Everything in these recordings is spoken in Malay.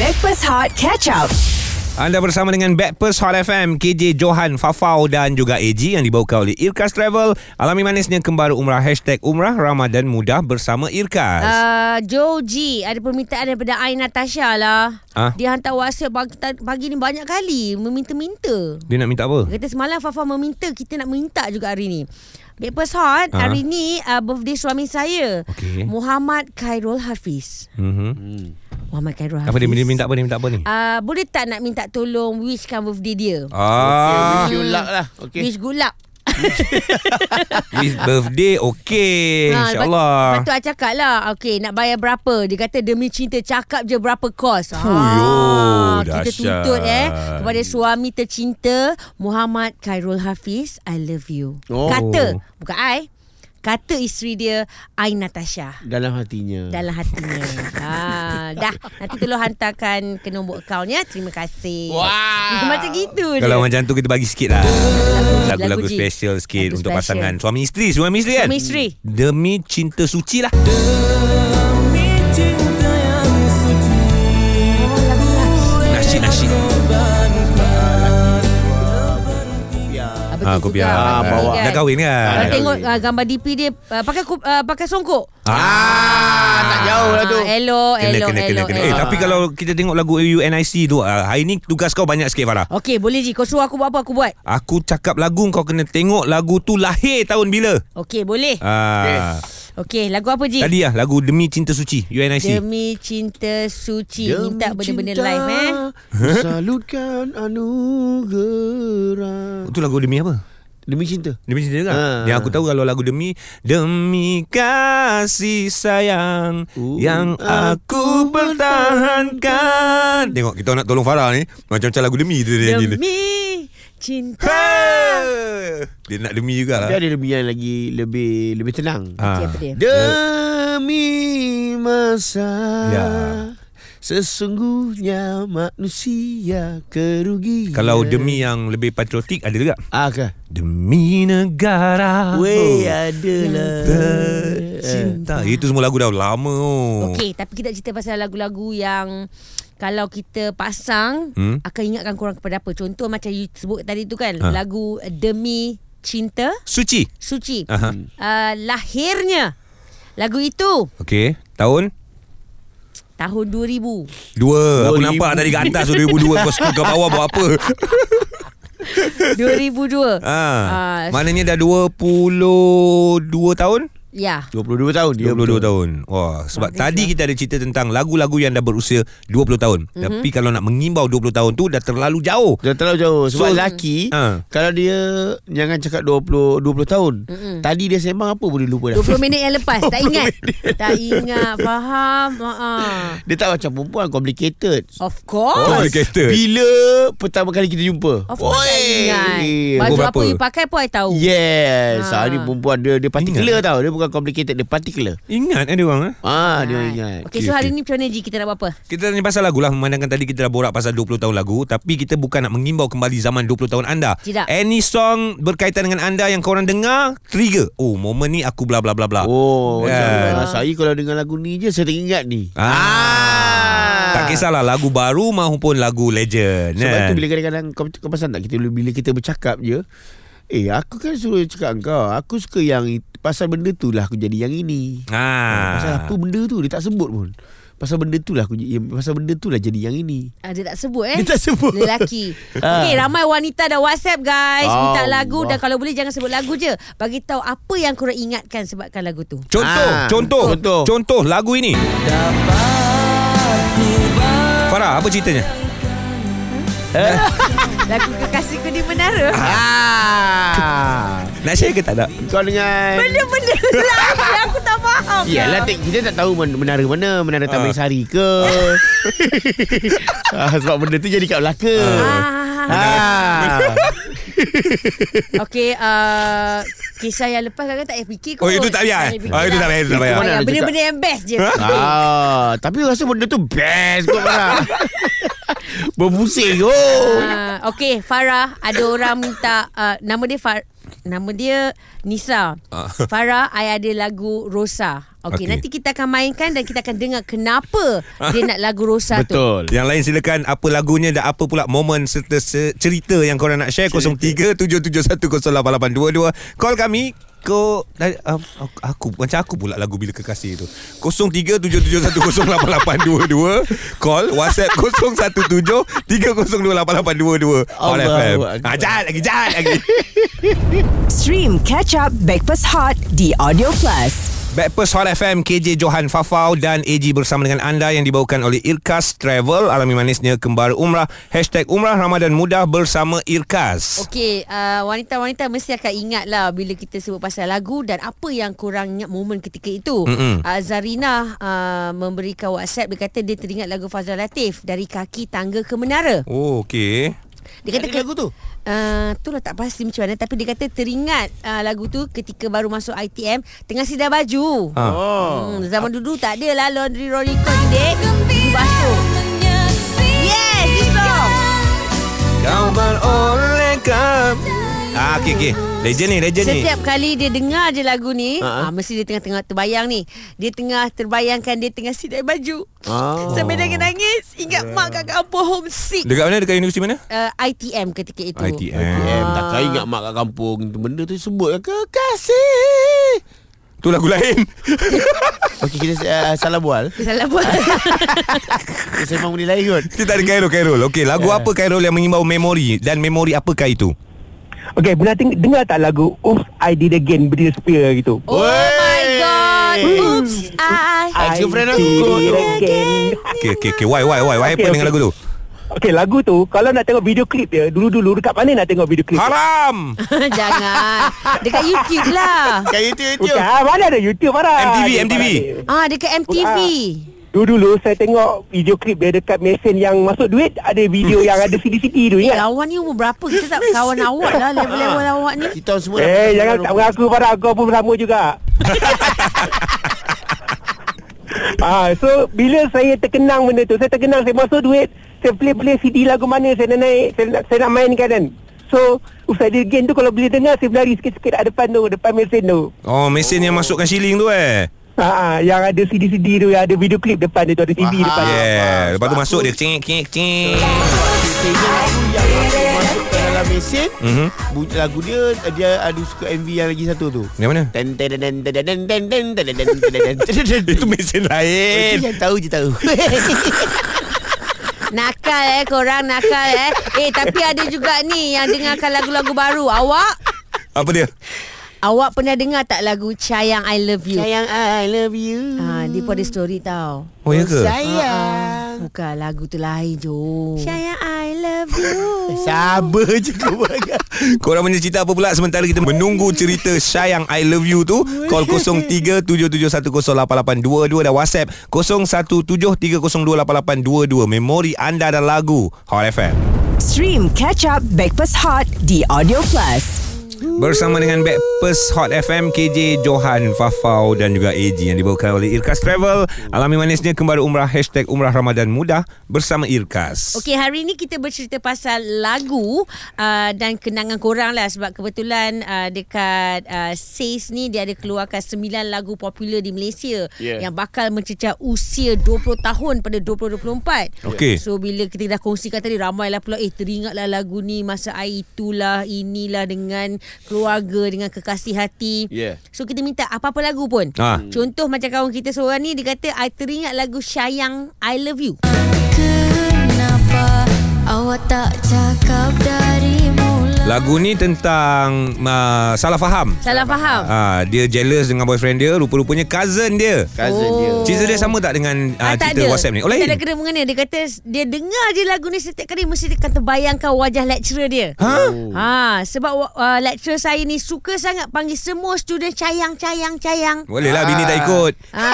Backpass Hot Catch Up. Anda bersama dengan Backpers Hot FM KJ Johan, Fafau dan juga AG Yang dibawakan oleh Irkas Travel Alami manisnya kembali umrah Hashtag umrah Ramadan mudah bersama Irkas uh, Uh, Joji ada permintaan daripada I Natasha lah. Ah. Ha? Dia hantar WhatsApp pagi, pagi ni banyak kali meminta-minta. Dia nak minta apa? Dia Kata semalam Fafa meminta Kita nak minta juga hari ni Breakfast Hot Ah. Hari ni uh, Birthday suami saya Okey. Muhammad Khairul Hafiz Mm-hmm. Muhammad Khairul Hafiz Apa dia, dia minta apa? Dia minta apa ni? Uh, boleh tak nak minta tolong Wishkan birthday dia Ah, Okay, wish you luck lah. Okay. Wish good luck with birthday Ah, lepas- okay Lepas InsyaAllah tu I cakap lah Okay nak bayar berapa Dia kata demi cinta Cakap je berapa kos Ah, Fuyoh, Kita dahsyat. tuntut eh Kepada suami tercinta Muhammad Khairul Hafiz I love you Oh. Kata Bukan I Kata isteri dia I Natasha Dalam hatinya. dalam hatinya. ha, dah nanti tolong hantarkan ke nombor akaunnya. Terima kasih. Wah. Macam gitu je. Kalau macam tu kita bagi sikit lah Lagu-lagu lagu G. special sikit Lagu Untuk special. pasangan suami isteri Suami isteri kan? Suami isteri. Demi cinta suci lah Nasi-nasi Biar. Betul Ah, kau biar juga. ah, Mati bawa. kan? Dah kahwin kan? Kalau tengok uh, gambar DP dia uh, pakai kup- uh, pakai songkok. Ah, tak jauh lah tu. Ah, elok, Kena, elok, kena, kena, elok. kena. Eh, elok. tapi kalau kita tengok lagu UNIC tu, ah, hari ni tugas kau banyak sikit, Farah. Okey, boleh Ji. Kau suruh aku buat apa, aku buat. Aku cakap lagu, kau kena tengok lagu tu lahir tahun bila. Okey, boleh. Ah, Okey, lagu apa Ji? Tadi lah, lagu Demi Cinta Suci, UNIC. Demi cinta suci Minta benda-benda live eh eh. Salutkan anugerah. Itu lagu Demi apa? Demi cinta. Demi cinta juga. Ah. Yang aku tahu kalau lagu Demi Demi kasih sayang Uh. yang aku pertahankan. Tengok kita nak tolong Farah ni macam-macam lagu Demi tu dia nyanyi. dia. Demi cinta Hey! Dia nak Demi jugalah. Tapi ada lebih yang lagi lebih lebih tenang. Ah. Okey, apa dia? Demi masa Ya. Sesungguhnya manusia kerugian Ya. Kalau demi yang lebih patriotik ada juga. Ah ke? Demi negara. Weh ya. Oh. adalah Eh, Tercinta. Itu semua lagu dah lama. Oh. Okey, tapi kita nak cerita pasal lagu-lagu yang kalau kita pasang hmm? Hmm. akan ingatkan korang kepada apa. Contoh macam you sebut tadi tu kan, Ah. lagu Demi Cinta Suci. Suci. Aha. Uh, lahirnya lagu itu Okey, tahun tahun 2000. Dua Aku 2000. nampak tadi kat atas tu 2002 Kau scroll ke bawah buat apa 2002. ha. Ah, Maknanya dah 22 tahun Ya. 22 tahun dia 22 betul. tahun Wah Sebab tadi kita ada cerita tentang Lagu-lagu yang dah berusia 20 Mhm. tahun mm-hmm. Tapi kalau nak mengimbau 20 tahun tu Dah terlalu jauh Dah terlalu jauh Sebab So- so, lelaki Ah. Kalau dia Jangan cakap 20 20 tahun Tadi dia sembang apa Boleh lupa dah 20 minit yang lepas Tak ingat Tak ingat Faham uh Dia tak macam perempuan Complicated Of Oh, course Complicated. Bila Pertama kali kita jumpa Of course I Oi. ingat Pukul Baju apa berapa? you pakai pun I tahu Yes Ah. ha. Hari perempuan Dia, dia particular Ingat. eh? tau Dia bukan complicated Dia particular Ingat eh dia orang eh? Ah, Dia ingat Okay, so hari ni macam mana Ji kita nak buat apa? Kita tanya pasal lagu lah Memandangkan tadi kita dah borak pasal 20 tahun lagu Tapi kita bukan nak mengimbau kembali zaman 20 tahun anda Tidak. Any song berkaitan dengan anda yang korang dengar Trigger Oh momen ni aku bla bla bla bla Oh Kan. yeah. Saya kalau dengar lagu ni je Saya teringat ni Ah. Tak kisahlah lagu baru maupun lagu legend Sebab kan? tu bila kadang-kadang kau, kau pasang tak kita bila kita bercakap je Eh aku kan suruh cakap kau Aku suka yang it- Pasal benda tu lah aku jadi yang ini ah. Pasal apa benda tu dia tak sebut pun Pasal benda tu lah aku j- ya, Pasal benda tu lah jadi yang ini Ah, dia tak sebut eh Dia tak sebut. Lelaki Ah. Ya Okay ramai wanita dah whatsapp guys Minta Allah. lagu Dan kalau boleh jangan sebut lagu je Bagi tahu apa yang korang ingatkan Sebabkan lagu tu Contoh, ah. Ah, contoh, contoh, contoh. contoh lagu ini. Farah, apa ceritanya? Lagu kekasihku di menara ah. Nak share ke tak nak? Kau dengan Benda-benda lain lah. yang Aku tak faham Yalah tak, kita tak tahu men- menara mana Menara Taman Sari ke ah, Sebab benda tu jadi kat Melaka Ah. ah. Okay uh, Kisah yang lepas kadang-kadang tak payah fikir kot Oh, itu tak payah, eh? fikir Oh, itu tak lah. payah, itu tak payah. payah. Mana Benda-benda yang best je ah, Tapi rasa benda tu best kot Farah Berpusing Ah, kot uh, Okay Farah Ada orang minta uh, Nama dia Far Nama dia Nisa. Ah. Farah, I ada lagu Rosa. Okey, okay. Okey. nanti kita akan mainkan dan kita akan dengar kenapa dia nak lagu Rosa tu. Betul. Yang lain silakan apa lagunya dan apa pula momen serta se- cerita yang korang nak share 0377108822. Call kami Ko, dari, um, aku, aku macam aku pula lagu bila kekasih tu 0377108822 call WhatsApp 0173028822 All Allahu FM. Akbar. Ah, jahat lagi jahat lagi. Stream Catch Up Breakfast Hot di Audio Plus. Backpast Hot FM KJ Johan Fafau dan AG bersama dengan anda yang dibawakan oleh Irkas Travel alami manisnya kembali umrah hashtag umrah Ramadan mudah bersama Irkas Okey, uh, wanita-wanita mesti akan ingat lah bila kita sebut pasal lagu dan apa yang kurang ingat momen ketika itu. Mm-mm. Uh, Zarina uh, memberikan WhatsApp dia kata dia teringat lagu Fazal Latif dari kaki tangga ke menara. Oh okey Dia kata Ada lagu tu? Uh, tu lah tak pasti macam mana Tapi dia kata teringat uh, lagu tu Ketika baru masuk ITM Tengah sidai baju Ha. Oh. hmm, Zaman dulu tak ada lah Laundry Rory kau ni dek Dulu basuh Yes this song Kau beroleh kap Ah okey okey Legend ni legend ni Setiap kali dia dengar je lagu ni Ha. uh-huh. Mesti dia tengah-tengah terbayang ni Dia tengah terbayangkan Dia tengah sidai baju Ah. Sambil nangis-nangis Ingat mak kakak apa homesick Dekat mana dekat universiti mana uh, ITM ketika itu ITM Eh, takkan ingat mak kat kampung tu benda tu sebut ke kasih. Tu lagu lain Okey kita uh, salah bual. Salah buat Kita memang benda lain kot. Kita ada Khairul Khairul Okey lagu apa Khairul yang mengimbau memori Dan memori apakah itu Okay, pernah teng- dengar tak lagu Oops, I Did Again Britney Spears gitu? Oh Wey. my god. Hmm. Oops. I Ex-girlfriend I aku did tu. it again. Okey okey okay. Why why why Why Okey, happen dengan okey. lagu tu Okay, lagu tu kalau nak tengok video klip dia, dulu-dulu dekat mana nak tengok video klip? Haram Jangan. Dekat YouTube lah. Kat YouTube Bukan, YouTube. ah, mana ada YouTube marah. MTV, Dia MTV. marah dia. Ah dekat MTV. Dulu-dulu saya tengok video klip dia dekat mesin yang masuk duit, ada video yang ada CD-CD tu Eh, Ya. ingat? lawan ni umur berapa? Kita tak kawan awak lah level-level awak ni. Kita orang semua Eh, dapat- jangan tak mengaku marah, kau pun sama juga. Ah, so bila saya terkenang benda tu, saya terkenang saya masuk duit, saya play-play CD lagu mana saya nak naik, saya nak, saya nak mainkan kan. So, usai dia game tu kalau boleh dengar saya berlari sikit-sikit kat depan tu, depan mesin tu. Oh mesin yang masukkan shilling tu eh Ha, yang ada CD-CD tu, yang ada video klip depan dia tu, ada TV Faham. depan dia. Yeah Sebab Lepas tu aku- masuk dia Cing cing cing Kita ingat tu yang aku masukkan dalam mesin. Mhm. Bu- Lagu dia dia ada suka MV yang lagi satu tu. Yang mana Ten ten ten ten ten ten ten ten ten ten ten ten ten Itu mesin Itu lain yang tahu je tahu. Nakal eh korang nakal eh. Eh tapi ada juga ni yang dengarkan lagu-lagu baru. Awak Apa dia awak pernah dengar tak lagu Sayang I Love You? Sayang I love you. Ah dia pun ada story tau. Oh ya ke Ah, Sayang. bukan lagu tu lain Jo. Sayang I love you. Sabar Ah, je kau bangga. Korang punya cerita apa pula Sementara kita menunggu cerita Sayang I Love You tu Call 0377108822 Dan WhatsApp 0173028822 Memori anda dan lagu Hot FM Stream Catch Up Breakfast Hot di Audio Plus. Bersama dengan Backpast Hot FM KJ Johan Fafau dan juga AG Yang dibawakan oleh Irkas Travel Alami manisnya kembali umrah Hashtag umrah Ramadan mudah Bersama Irkas Okey, hari ni kita bercerita pasal lagu uh, dan kenangan korang lah sebab kebetulan uh, dekat uh, SAIS ni dia ada keluarkan 9 lagu popular di Malaysia Yeah. yang bakal mencecah usia 20 tahun pada 2024. Okey. So bila kita dah kongsikan tadi ramailah pula eh teringatlah lagu ni masa air itulah inilah dengan keluarga dengan kekasih hati. Yeah. So kita minta apa-apa lagu pun. Ah. Contoh macam kawan kita seorang ni dia kata I teringat lagu Sayang I Love You. Kenapa awak tak cakap dari mula Lagu ni tentang uh, Salah faham Salah faham. Ah, dia jealous dengan boyfriend dia Rupa-rupanya cousin dia Cousin dia. Oh. Cerita dia sama tak dengan uh, cerita WhatsApp ni? Oh lain? Ah, Tak ada kena mengena. Dia kata dia dengar je lagu ni setiap kali mesti dia akan terbayangkan wajah lecturer dia. Ha? Ha, sebab uh, lecturer saya ni suka sangat panggil semua student cayang, cayang, cayang. Boleh lah, Ah. bini tak ikut. Ha.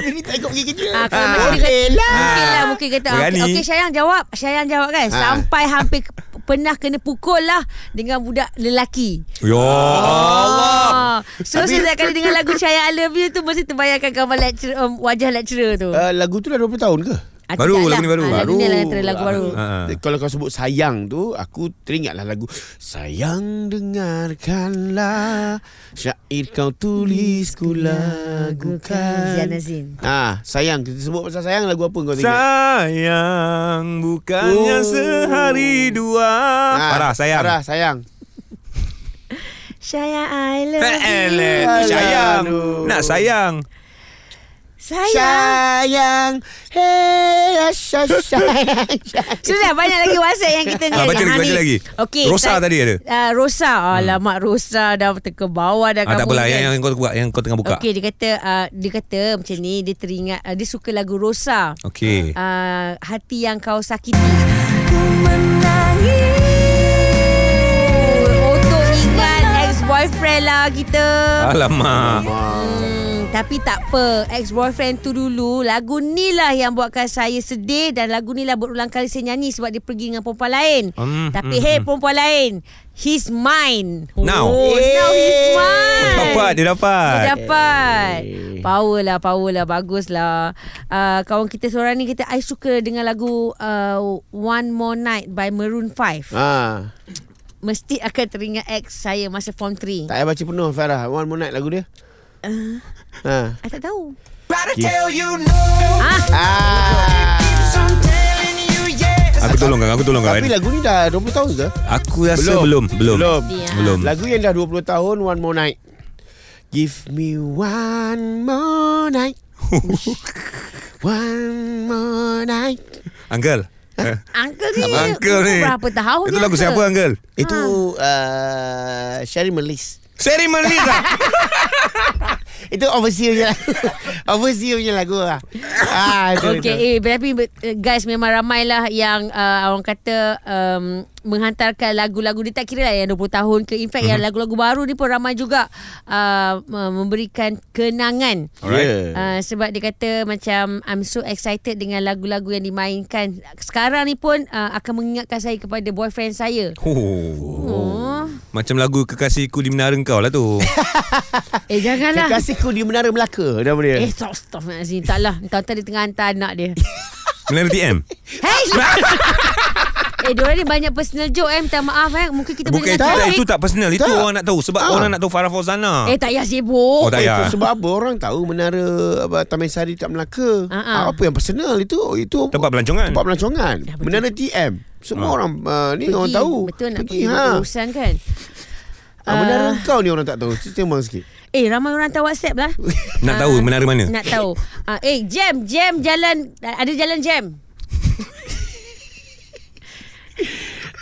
Bini tak ikut pergi kerja. Ah, kalau macam dia kata, mungkin lah, mungkin kata, ah, Berani. okey, okay, sayang jawab, sayang jawab kan. Ah. Sampai hampir ke- pernah kena pukul lah dengan budak lelaki. Ya Allah. Ah. So, setiap kali dengar lagu Sayang I Love You tu, mesti terbayangkan gambar lecturer, um, wajah lecturer tu. Ah, lagu tu Eh, dah 20 tahun ke? Ah, Baru, tidak lagu ni lah. baru. Ah, Lagu ni Baru. lah antara lagu baru Ha. Uh. Kalau kau sebut sayang tu Aku teringatlah lagu Sayang dengarkanlah Syair kau tulis ku lagukan Zian Azin. Ah, sayang Kita sebut pasal sayang lagu apa kau teringat? Sayang bukannya Oh. sehari dua. Ah, Parah sayang. Parah sayang Saya I Eh, love you Elet, sayang. Aduh. Nak sayang. Saya Sayang Hey ah, asya, sayang Sudah banyak lagi WhatsApp yang kita Ah, baca lagi, Ah, baca ni. lagi. Okey. Rosa saya- tadi ada? Ah, Rosa. Alamak Rosa dah terkebawa dah Ah, tak kamu apalah ni. yang, yang kau buka yang kau tengah buka. Okey dia kata uh, dia kata macam ni dia teringat uh, dia suka lagu Rosa. Okey. Uh, hati yang kau sakiti. Ku menangis Auto ingat ex boyfriend lah kita. Alamak. Hmm, tapi tak apa Ex-boyfriend tu dulu Lagu ni lah yang buatkan saya sedih Dan lagu ni lah berulang kali saya nyanyi Sebab dia pergi dengan perempuan lain Hmm, Tapi hmm, hey perempuan lain He's mine Now. oh, Now he's mine Dapat, dia dapat. Dia dapat Power lah Power lah Bagus lah uh, Kawan kita seorang ni Kita I suka dengan lagu uh, One More Night By Maroon 5 Ah, Mesti akan teringat ex saya Masa form 3 tak payah baca penuh Farah One more night lagu dia uh. I tak tahu Oh. Ah. ah. Aku tolong kau, aku tolong kau. Tapi lagu ni dah 20 tahun ke? Aku rasa belum, belum. Belum. Mesti, ah. Belum. Lagu yang dah 20 tahun One More Night. Give me one more night. one more night. Uncle. Eh, Uncle ni Uncle umur ni. Berapa tahun Itu ni, lagu Uncle? siapa Uncle? Itu uh, Sherry Melis. Seri Melisa. Itu overseer punya lagu. overseer punya lagu lah. Ah, itu, Okay, itu. eh, tapi eh, guys memang ramailah yang uh, orang kata um, menghantarkan lagu-lagu dia tak kira lah yang 20 tahun ke. In fact, mm-hmm. yang Mhm. lagu-lagu baru ni pun ramai juga uh, me- memberikan kenangan. Ya. Alright. Uh, sebab dia kata macam I'm so excited dengan lagu-lagu yang dimainkan. Sekarang ni pun uh, akan mengingatkan saya kepada boyfriend saya. Oh. Oh. Macam lagu kekasihku di menara engkau lah tu. Oh. Eh janganlah. Kekasihku di Menara Melaka nama dia. Eh, stop, stop. Taklah. Tentang lah. dia tengah hantar anak dia. Menara TM. Hey! eh, diorang ni banyak personal joke eh. Minta maaf eh. Mungkin kita Bukan boleh itu, dengar tak, topik. itu tak personal. Itu Tak. orang nak tahu sebab Ah. orang nak tahu Farah Fauzana. Eh, tak payah sibuk. Oh, tak payah. Itu sebab apa orang tahu Menara apa, Taman Sari kat Melaka. Ah, ah. Uh-huh. Apa yang personal itu itu Tempat pelancongan. Tempat pelancongan. Ya, betul. Menara TM. Semua Ah. orang uh, ni orang tahu. Betul nak pergi. pergi, Ha. urusan kan. Ah, menara Ah. kau ni orang tak tahu. Cerita memang sikit. Eh, ramai orang hantar WhatsApp lah. Nak tahu Ah, menara mana? Nak tahu. Ah, eh, jam, jam, jalan. Ada jalan jam.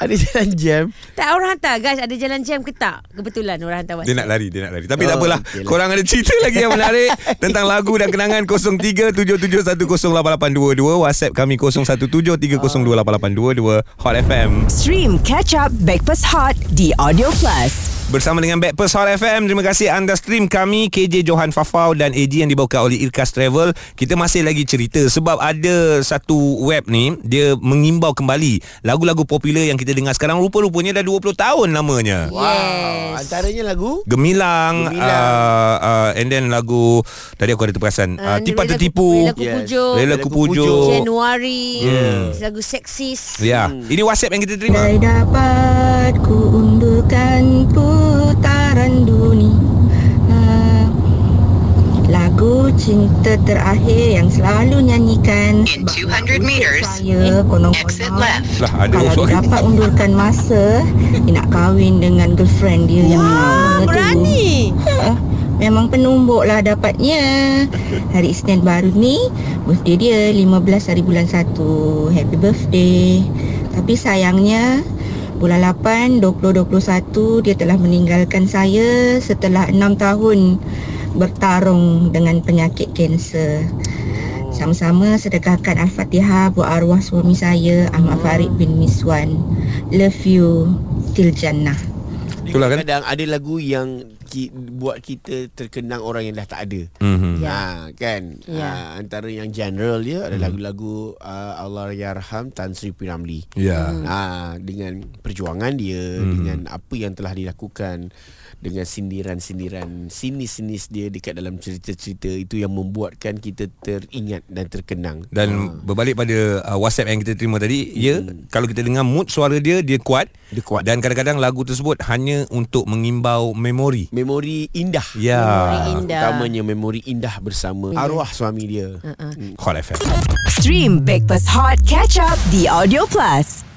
Ada jalan jam. Tak orang hantar guys Ada jalan jam ke tak Kebetulan orang hantar Dia WhatsApp nak lari, dia nak lari. Tapi tak Oh, apalah. okey lah. Korang ada cerita lagi yang menarik tentang lagu dan kenangan 0377108822, WhatsApp kami 0173028822 Hot FM. Stream Catch Up Backpass Hot di Audio Plus. Bersama dengan Backpast Hot FM Terima kasih anda stream kami KJ Johan Fafau dan AG yang dibawakan oleh Irkas Travel Kita masih lagi cerita Sebab ada satu web ni Dia mengimbau kembali Lagu-lagu popular yang kita dengar sekarang Rupa-rupanya dah 20 tahun lamanya Wow. Antaranya lagu Gemilang, Gemilang. Uh, uh, And then lagu Tadi aku ada terperasan uh, Tipa tertipu Lagu Yes. pujuk Rela Rela ku ku pujuk. pujuk Januari Yeah. Lagu seksis Ya, ini WhatsApp yang kita terima. Tak dapat ku undukan putaran dunia Ah, Lagu cinta terakhir yang selalu nyanyikan In 200 meters, saya konon-konon Lah, ada Kalau usul. dia dapat undurkan masa Dia nak kahwin dengan girlfriend dia yang lama tu Berani Ah, Memang penumbuk lah dapatnya Hari Isnin baru ni Birthday dia 15 hari bulan 1 Happy birthday Tapi sayangnya Bulan 8 2021 Dia telah meninggalkan saya Setelah 6 tahun Bertarung dengan penyakit kanser sama-sama sedekahkan Al-Fatihah buat arwah suami saya Ahmad Farid bin Miswan. Love you till jannah. Itulah kan. Kadang ada lagu yang ki, buat kita terkenang orang yang dah tak ada. Mhm. Ya. Ha, kan Ya. ha, Antara yang general dia Hmm. Ada lagu-lagu uh, Allah Yarham Tan Sri P. Ramlee Ya. Hmm. Hmm. ha, Dengan perjuangan dia Dengan apa yang telah dilakukan Dengan sindiran-sindiran Sinis-sinis dia Dekat dalam cerita-cerita Itu yang membuatkan kita teringat Dan terkenang Ha. Dan berbalik pada uh, WhatsApp yang kita terima tadi, ya kalau kita dengar mood suara dia dia kuat. Hmm. Dia kuat. Dan kadang-kadang lagu tersebut hanya untuk mengimbau memori. Memori indah Ya. Memori indah. Ya. Ha, Utamanya memori indah bersama Arwah suami dia Hmm. Hot FM. Stream Breakfast Hot Catch Up The Audio Plus.